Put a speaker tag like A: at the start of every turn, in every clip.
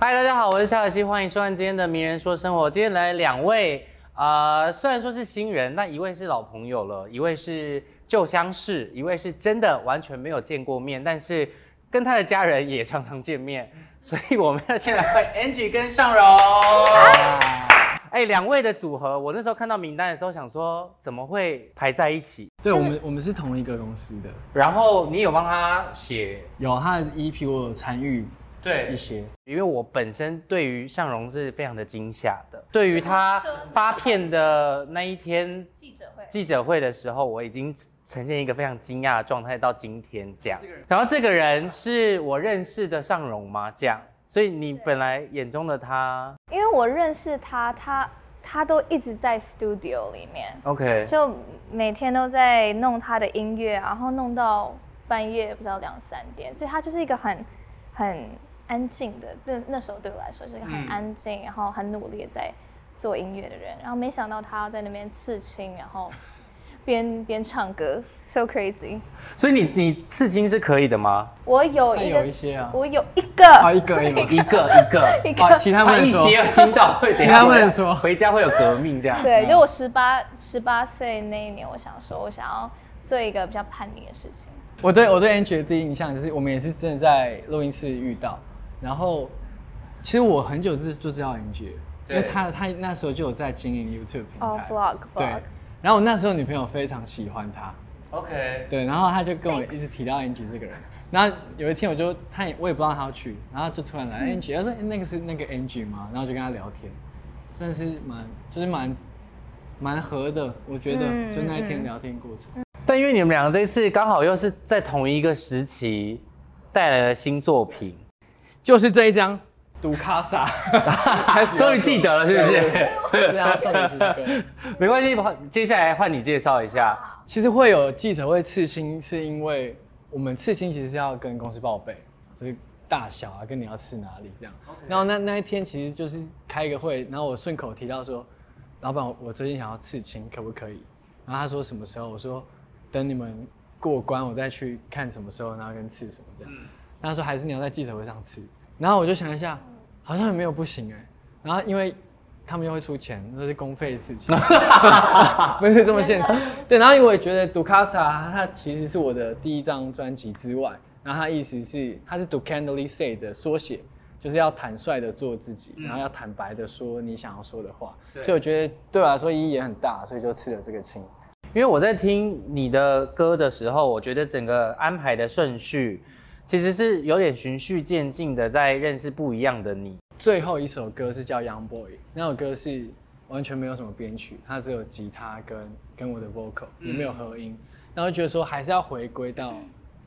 A: 嗨，大家好，我是夏小希，欢迎收看今天的《名人说生活》。今天来两位，呃，虽然说是新人，那一位是老朋友了，一位是旧相识，一位是真的完全没有见过面，但是跟他的家人也常常见面，所以我们要先来欢迎 Angie 跟尚荣。哎，两位的组合，我那时候看到名单的时候想说，怎么会排在一起？
B: 对我们，我们是同一个公司的，
A: 然后你有帮他写
B: 有他的 EP 我有参与
A: 对
B: 一些，
A: 因为我本身对于向荣是非常的惊吓的，对于他发片的那一天
C: 记者会，
A: 记者会的时候，我已经呈现一个非常惊讶的状态到今天这样。然后这个人是我认识的向荣吗？这样，所以你本来眼中的他
C: 因为我认识他，他他都一直在 studio 里面，
A: ，OK，
C: 就每天都在弄他的音乐，然后弄到半夜不知道两三点，所以他就是一个很很安静的，那那时候对我来说是一个
B: 嗯
C: 很安静，然后很努力地在做音乐的人。然后没想到他在那边刺青，然后 边边唱歌，so crazy。
A: 所以你你刺青是可以的吗？
C: 我有
B: 他
C: 一
B: 有
C: 个，
B: 一些啊
C: 我有一
B: 啊
C: 个，
B: 一个一个，
A: 一个一个，
C: 呃一
B: 啊
C: 个。
B: 其他不能
A: 一
B: 说
A: 起，要听到会，
B: 其他不能说
A: 回家会有革命这样。
C: 对，就我十八十八岁那一年，我想说，我想要做一个比较叛逆的事情。
B: 我对我对 Angie 的第一印象就是我们也是真的在录音室遇到，然后其实我很久之就知道 Angie，因
A: 对
B: 为他他那时候就有在经营 YouTube 平
C: 哦
B: 台，
C: ，vlog
B: 对
C: vlog，，
B: 然后我那时候女朋友非常喜欢他，
A: OK，
B: 对，然后他就跟我一直提到 Angie 这个人。然后有一天我就他也我也不知道他要去，然后就突 然来 Angie，他说、欸那个是那个 Angie 吗？然后就跟他聊天，算是蛮就是蛮蛮合的，我觉得、
C: 嗯
B: 就那一
C: 嗯
B: 天聊天过程。
A: 但因为你们两个这一次刚好又是在同一个时期带来了新作品，
B: 就是这一张读卡 萨，开 始
A: 终于记得了，是不
B: 对对
A: 是？
B: 对啊他送的这首歌。
A: 没关系，接下来换你介绍一下。
B: 其实会有记者会刺青，是因为我们刺青其实是要跟公司报备，就是大小啊，跟你要刺哪里这样。然后那那一天其实就是开一个会，然后我顺口提到说，老板，我我最近想要刺青，可不可以？然后他说什么时候？我说等你们过关，我再去看什么时候，然后跟刺什么这样。然后他说还是你要在记者会上吃。然后我就想一下，好像也没有不行哎、然后因为他们又会出钱，那是公费的事情， 不是这么现实。对，然后因为我也觉得 Ducasa 它其实是我的第一张专辑之外，然后它意思是它是 Ducandly Say 的缩写，就是要坦率的做自己，然后要坦白的说你想要说的话。所以我觉得对我来说意义也很大，所以就吃了这个青。
A: 因为我在听你的歌的时候，我觉得整个安排的顺序其实是有点循序渐进的，在认识不一样的你。
B: 最后一首歌是叫《Young Boy》，那首歌是完全没有什么编曲，它只有吉他跟跟我的 vocal，也没有合音。然后觉得说还是要回归到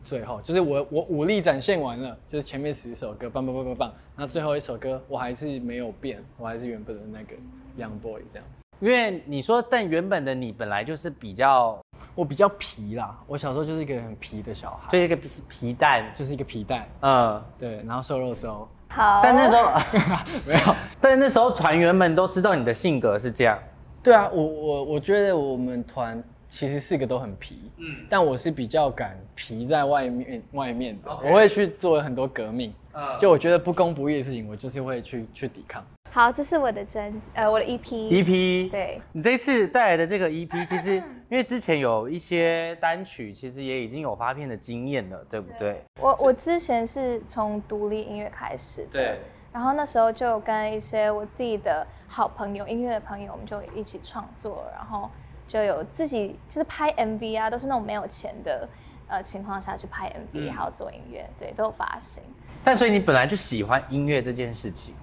B: 最后，就是我我武力展现完了，就是前面十首歌棒棒棒棒棒，然后最后一首歌我还是没有变，我还是原本的那个 Young Boy 这样子。
A: 因为你说，但原本的你本来就是比较
B: 我比较皮啦，我小时候就是一个很皮的小孩，
A: 就是一个皮皮蛋，
B: 就是一个皮蛋，
A: 嗯，
B: 对，然后瘦肉粥，
C: 好，
A: 但那时候，
B: 没有。
A: 但是那时候团员们都知道你的性格是这样，
B: 对啊，我我我觉得我们团其实四个都很皮，嗯，但我是比较敢皮在外面外面的
A: OK
B: 我会去做很多革命，
A: 嗯，
B: 就我觉得不公不义的事情，我就是会去去抵抗。
C: 好，这是我的专辑，呃，我的 EP，
A: EP，
C: 对，
A: ，E
C: 嗯
A: 你这次带来的这个 EP，其实因为之前有一些单曲，其实也已经有发片的经验了，对不对？
C: 我我之前是从独立音乐开始的，，然后那时候就跟一些我自己的好朋友、音乐的朋友，我们就一起创作，然后就有自己就是拍 MV 啊，都是那种没有钱的呃情况下去拍 MV，、还有做音乐，对，都有发行。
A: 但所以你本来就喜欢音乐这件事情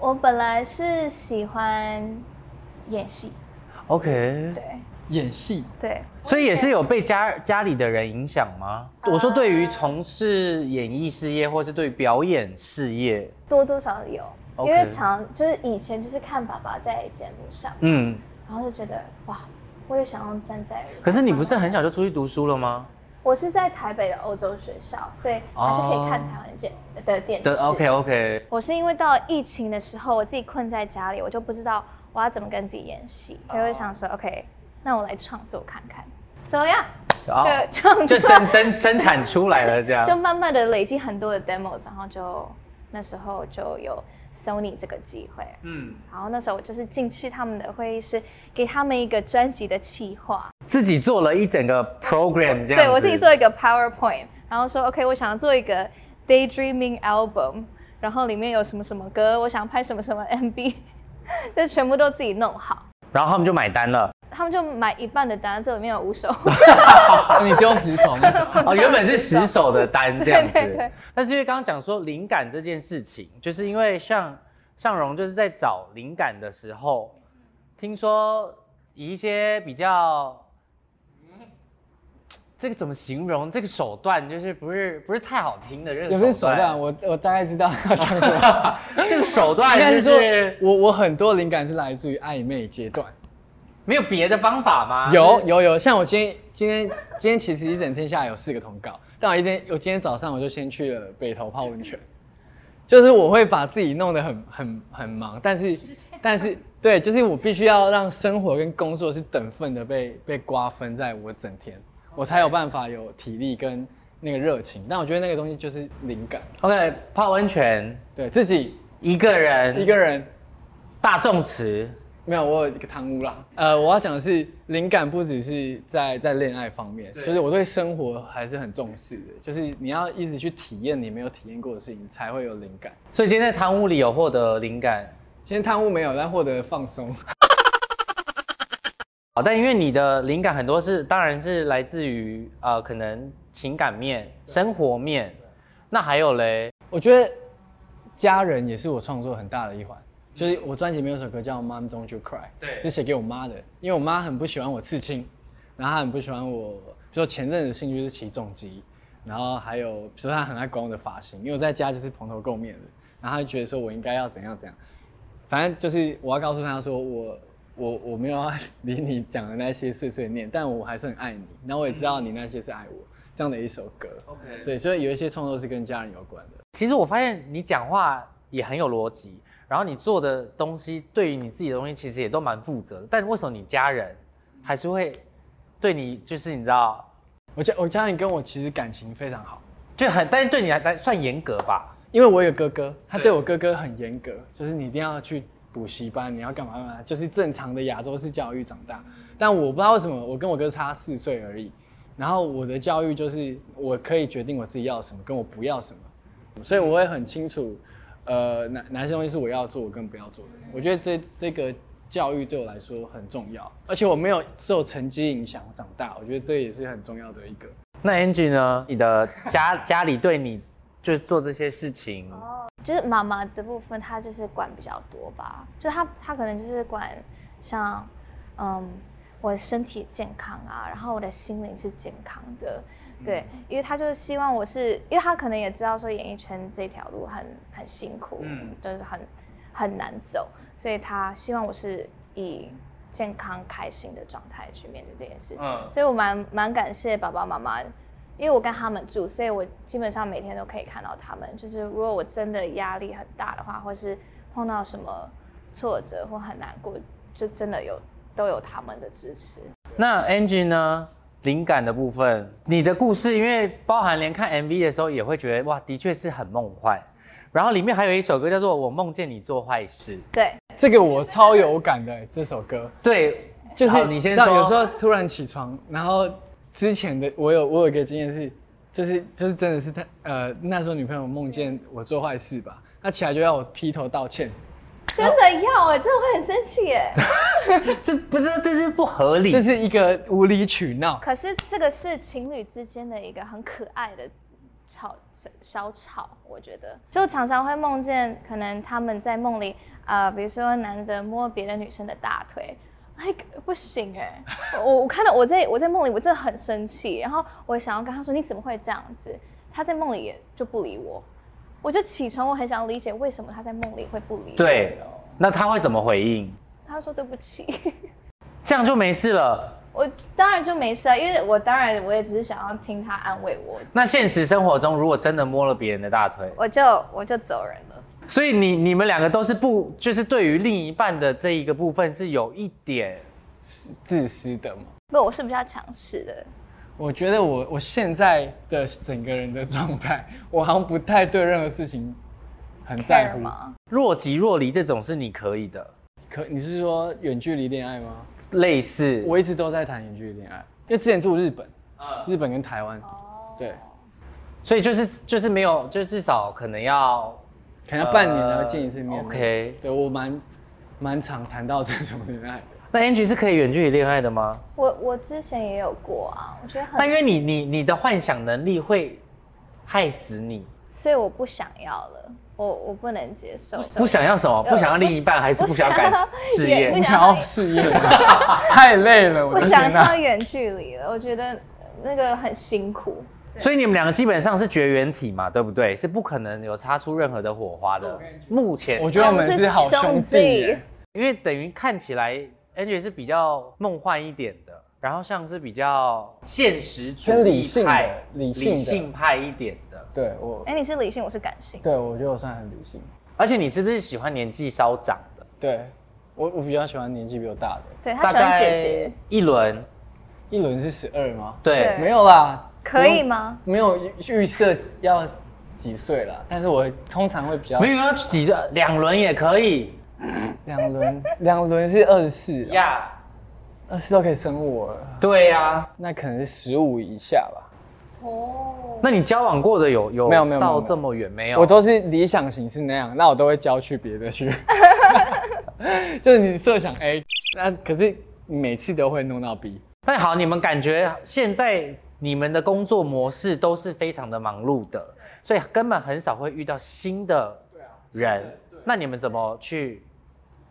C: 我本来是喜欢演戏，
A: ，OK，
C: 对
B: 演戏，
C: 对，
A: 所以也是有被家家里的人影响吗？
C: 呃
A: 我说对于从事演艺事业，或是对表演事业，
C: 多多少少有
A: OK
C: 因为常就是以前就是看爸爸在节目上，
A: 嗯，
C: 然后就觉得哇，我也想要站在舞台上。
A: 可是你不是很小就出去读书了吗？
C: 我是在台北的欧洲学校，所以还是可以看
A: 哦
C: 台湾电的电视。
A: 对，OK OK，
C: 我是因为到疫情的时候，我自己困在家里，我就不知道我要怎么跟自己演戏，所以我就想说，OK，那我来创作看看，怎么样？
A: 好
C: 就创
A: 就
C: 作，
A: 生生生 产出来了这样
C: 就。慢慢的累积很多的 demos，然后就那时候就有 Sony 这个机会。
A: 嗯，
C: 然后那时候我就是进去他们的会议室，给他们一个专辑的企划，
A: 自己做了一整个 program 这样子。
C: 对我自己做一个 PowerPoint，然后说 OK，我想要做一个 Daydreaming Album，然后里面有什么什么歌，我想拍什么什么 MV，就 全部都自己弄好。
A: 然后他们就买单了。
C: 他们就买一半的单，这里面有五首。
B: 那你丢十首 那首，
A: 哦，原本是十首的单这样 子。
C: 对对对
A: 但是因为刚刚讲说灵感这件事情，就是因为像尚荣就是在找灵感的时候，听说以一些比较。这个怎么形容？这个手段就是不是不是太好听的这个
B: 也不是手段，我我大概知道要讲什么。
A: 这个手段
B: 应该
A: 就是
B: 说
A: 是，
B: 我我很多灵感是来自于暧昧阶段。
A: 没有别的方法吗？
B: 有有有，像我今天今天今天其实一整天下来有四个通告，但我一天我今天早上我就先去了北投泡温泉，就是我会把自己弄得很很很忙，但是但是对，就是我必须要让生活跟工作是等份的被被瓜分在我整天，我才有办法有体力跟那个热情。但我觉得那个东西就是灵感，
A: OK，泡温泉，
B: 对自己
A: 一个人，
B: 一个人
A: 大众池，
B: 没有，我有一个贪污啦。 呃，我要讲的是，灵感不只是在在恋爱方面，就是我对生活还是很重视的。就是你要一直去体验你没有体验过的事情，你才会有灵感。
A: 所以今天在堂屋里有获得灵感。
B: 今天贪污没有，但获得放松。
A: 好，哦但因为你的灵感很多是，当然是来自于呃，可能情感面、生活面，那还有嘞，
B: 我觉得家人也是我创作很大的一环。就是我专辑里面有首歌叫《Mom Don't You Cry》，
A: 对
B: 是写给我妈的，因为我妈很不喜欢我刺青，然后她很不喜欢我，比如说前阵子兴趣是起重机，然后还有比如说她很爱管我的发型，因为我在家就是蓬头垢面的，然后她就觉得说我应该要怎样怎样，反正就是我要告诉她说我我我没有要理你讲的那些碎碎念，但我还是很爱你，然后我也知道你那些是爱我这样的一首歌，OK，所以所以有一些创作是跟家人有关的。
A: 其实我发现你讲话也很有逻辑，然后你做的东西对于你自己的东西其实也都蛮负责的，但为什么你家人还是会对你就是你知道
B: 我家我家人跟我其实感情非常好，
A: 就很，但是对你来来算严格吧？
B: 因为我有哥哥，他
A: 对
B: 对我哥哥很严格，就是你一定要去补习班，你要干嘛干嘛，就是正常的亚洲式教育长大。但我不知道为什么，我跟我哥差四岁而已，然后我的教育就是我可以决定我自己要什么，跟我不要什么，所以我会很清楚，呃，哪哪些东西是我要做，我跟不要做的。我觉得这这个教育对我来说很重要，而且我没有受成绩影响长大，我觉得这也是很重要的一个。
A: 那 Angie 呢？你的家 家里对你就是做这些事情，
C: 就是妈妈的部分，她就是管比较多吧，就她她可能就是管像嗯我的身体健康啊，然后我的心灵是健康的，对，因为她就是希望我是，因为她可能也知道说演艺圈这条路很很辛苦，
A: 嗯
C: 就是很很难走，所以她希望我是以健康开心的状态去面对这件事情。
A: 嗯，
C: 所以我蛮蛮感谢爸爸妈妈，因为我跟他们住，所以我基本上每天都可以看到他们。就是如果我真的压力很大的话，或是碰到什么挫折或很难过，就真的有都有他们的支持。
A: 那 Angie 呢？灵感的部分，你的故事，因为包含连看 MV 的时候也会觉得哇，的确是很梦幻。然后里面还有一首歌叫做《我梦见你做坏事》，
C: 对，
B: 这个我超有感的这首歌，
A: 对，
B: 就是
A: 好你先
B: 知道
A: 说
B: 有时候突然起床，然后之前的我有我有一个经验是，就是就是真的是他呃那时候女朋友梦见我做坏事吧，她起来就要我劈头道歉，
C: 真的要哎、真的会很生气哎、
A: 这不是这是不合理
B: 这，是一个无理取闹。
C: 可是这个是情侣之间的一个很可爱的吵小吵，我觉得就常常会梦见，可能他们在梦里，呃，比如说男的摸别的女生的大腿。like 不行哎、我我看到我在我在梦里我真的很生气，然后我想要跟他说你怎么会这样子，他在梦里也就不理我，我就起床我很想理解为什么他在梦里会不理我，
A: 对，那他会怎么回应？
C: 他说对不起，
A: 这样就没事了。
C: 我当然就没事啊，因为我当然我也只是想要听他安慰我，
A: 那现实生活中，如果真的摸了别人的大腿，
C: 我就我就走人了。
A: 所以你你们两个都是不，就是对于另一半的这一个部分是有一点
B: 自私的嘛。
C: 不，我是比较强势的，
B: 我觉得我我现在的整个人的状态，我好像不太对任何事情很在
C: care
B: 乎。
C: 吗？
A: 若即若离这种是你可以的，
B: 可你是说远距离恋爱吗？
A: 类似
B: 我一直都在谈远距离恋爱，因为之前住日本，
A: 嗯，
B: 日本跟台湾，
C: 哦，
B: 对，
A: 所以就是就是没有，就至少可能要
B: 可能要半年才
A: 呃
B: 会见一次面。
A: OK，
B: 对我蛮蛮常谈到这种恋爱的。
A: 那 Angie 是可以远距离恋爱的吗？
C: 我我之前也有过啊，我觉得
A: 但
C: 很，
A: 因为你你你的幻想能力会害死你，
C: 所以我不想要了，我我不能接受，
A: 不想要什么？
C: 呃
A: 不想要另一半，还是不想要感
C: 不想
A: 事
C: 也
A: 业
C: 不
B: 我？
C: 想
B: 想
C: 要
B: 要事业吗， 太累了，我
C: 不
B: 的
C: 想
B: 天哪、
C: 要远距离了，我觉得那个很辛苦。
A: 所以你们两个基本上是绝缘体嘛，对不对？是不可能有擦出任何的火花的。目前
B: 我觉得我们是好兄弟耶。
A: 因为等于看起来 Angie 是比较梦幻一点的，然后像是比较现实主
B: 偏理
A: 义
B: 性的
A: 派、
B: 理性的
A: 派一点的。
B: 对我
C: 哎、，你是理性，我是感性。
B: 对我觉得我算很理性。
A: 而且你是不是喜欢年纪稍长的？
B: 对我，我比较喜欢年纪比我大的。
C: 对他
A: 大
C: 喜欢
A: 概
C: 姐姐，
A: 一轮，
B: 一轮是十二吗？
A: 对
C: 对，
B: 没有啦，
C: 可以吗？
B: 没有预预设要几岁啦，但是我通常会比较
A: 没有要几个两轮也可以
B: 两轮，两轮是二十四，啊
A: 呀。
B: 二十四都可以生我了，
A: 对呀，
B: 那可能是十五以下吧。
C: 哦，
A: 那你交往过的有有
B: 没有没有没
A: 到
B: 有
A: 这么远没有？
B: 我都是理想型是那样，那我都会教去别 的去，就是你设想 A，那可是你每次都会弄到 B。
A: 但好，你们感觉现在你们的工作模式都是非常的忙碌的，所以根本很少会遇到新的
B: 啊
A: 人。那你们怎么去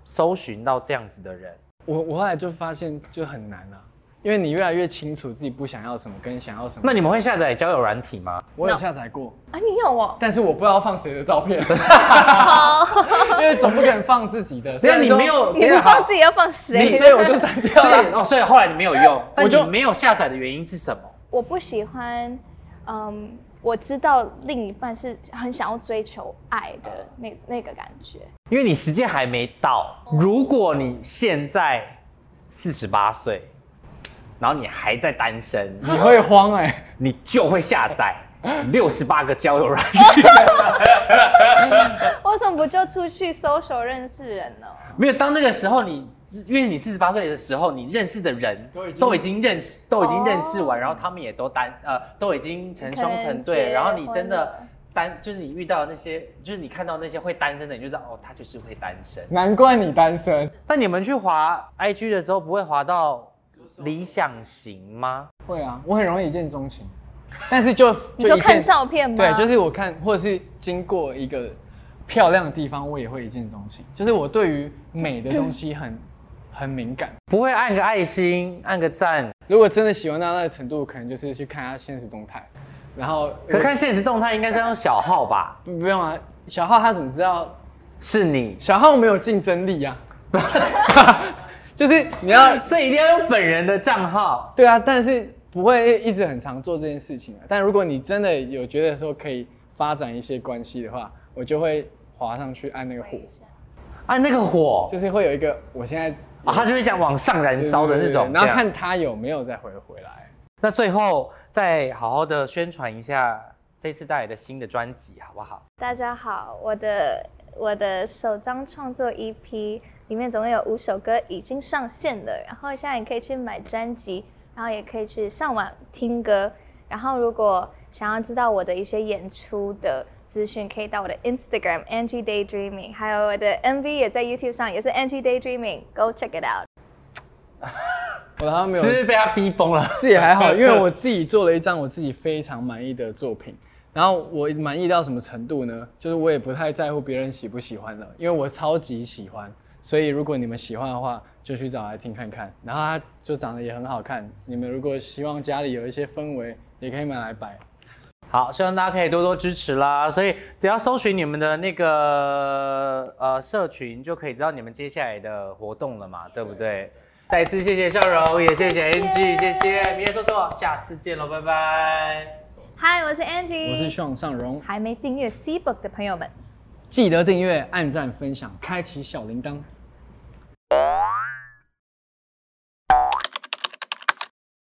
A: 搜寻到这样子的人？
B: 我我后来就发现就很难啊，因为你越来越清楚自己不想要什么跟想要什么。
A: 那你们会下载交友软体吗？
B: 我有下载过，
C: 啊，你有 哦，
B: 但是我不知道放谁的照 片，
C: 好，
B: 因为总不可能放自己的。
A: 虽然
B: 虽
A: 你
B: 说
A: 没，有，啊
C: 你不放自己要放
B: 你
C: 谁
B: 所？以我就 删掉
A: 所以
B: 了。
A: 哦，所以后来你没有用，但你
B: 我就
A: 没有下载的原因是什么？
C: 我不喜欢，嗯，我知道另一半是很想要追求爱的那那个感觉。
A: 因为你时间还没到。
C: 哦
A: 如果你现在四十八岁，然后你还在单身，
C: 嗯
B: 你会慌哎、
A: 你就会下载 六十八个交友软体。
C: 为什么不就出去 social 认识人呢？
A: 没有，当那个时候你，因为你四十八岁的时候，你认识的人
B: 都已经
A: 都已经认识，都已经认识完，然后他们也都单呃，都已经成双成
C: 哦可能结
A: 对，
C: 婚
A: 然后你真的
C: 了
A: 单，就是你遇到那些，就是你看到那些会单身的，你就知道哦，他就是会单身。
B: 难怪你单身。
A: 但你们去滑 IG 的时候，不会滑到理想型吗？
B: 会啊，我很容易一见钟情，但是就
C: 你说
B: 一
C: 看
B: 见
C: 照片吗？
B: 对，就是我看或者是经过一个漂亮的地方，我也会一见钟情。就是我对于美的东西 很很敏感。
A: 不会按个爱心，按个赞。
B: 如果真的喜欢到那个程度，可能就是去看他现实动态，然后
A: 可看现实动态应该是要用小号吧？
B: 不不用啊。小浩他怎么知道？
A: 是你，
B: 小浩没有竞争力 啊，就是你要
A: 所以一定要用本人的账号。
B: 对啊，但是不会一直很常做这件事情啊。但如果你真的有觉得说可以发展一些关系的话，我就会滑上去按那个火，
A: 按啊那个火，
B: 就是会有一个我现在
A: 啊，他就会讲往上燃烧的那种
B: 对对对对。然
A: 这
B: 后
A: 样
B: 看他有没有再回回来。
A: 那最后再好好的宣传一下这次带来的新的专辑，好不好？
C: 大家好，我的我的首张创作 EP 里面总共有五首歌已经上线了，然后现在你可以去买专辑，然后也可以去上网听歌，然后如果想要知道我的一些演出的资讯，可以到我的 Instagram Angie Daydreaming，还有我的 MV 也在 YouTube 上，也是 Angie Daydreaming，Go check it out。
B: 我好像没有
A: 是不是被他逼疯了？
B: 是也还好，因为我自己做了一张我自己非常满意的作品。然后我满意到什么程度呢？就是我也不太在乎别人喜不喜欢了，因为我超级喜欢。所以如果你们喜欢的话，就去找来听看看。然后它就长得也很好看。你们如果希望家里有一些氛围，也可以买来摆。
A: 好，希望大家可以多多支持啦。所以只要搜寻你们的那个呃社群，就可以知道你们接下来的活动了嘛，对不对？再次谢谢笑容，也谢谢 NG，谢谢。明天说什么？下次见喽，拜拜。
C: 嗨，我是 Angie，
B: 我是向尚荣，
C: 还没订阅 C Book 的朋友们。
B: 记得订阅、按赞、分享、开启小铃铛。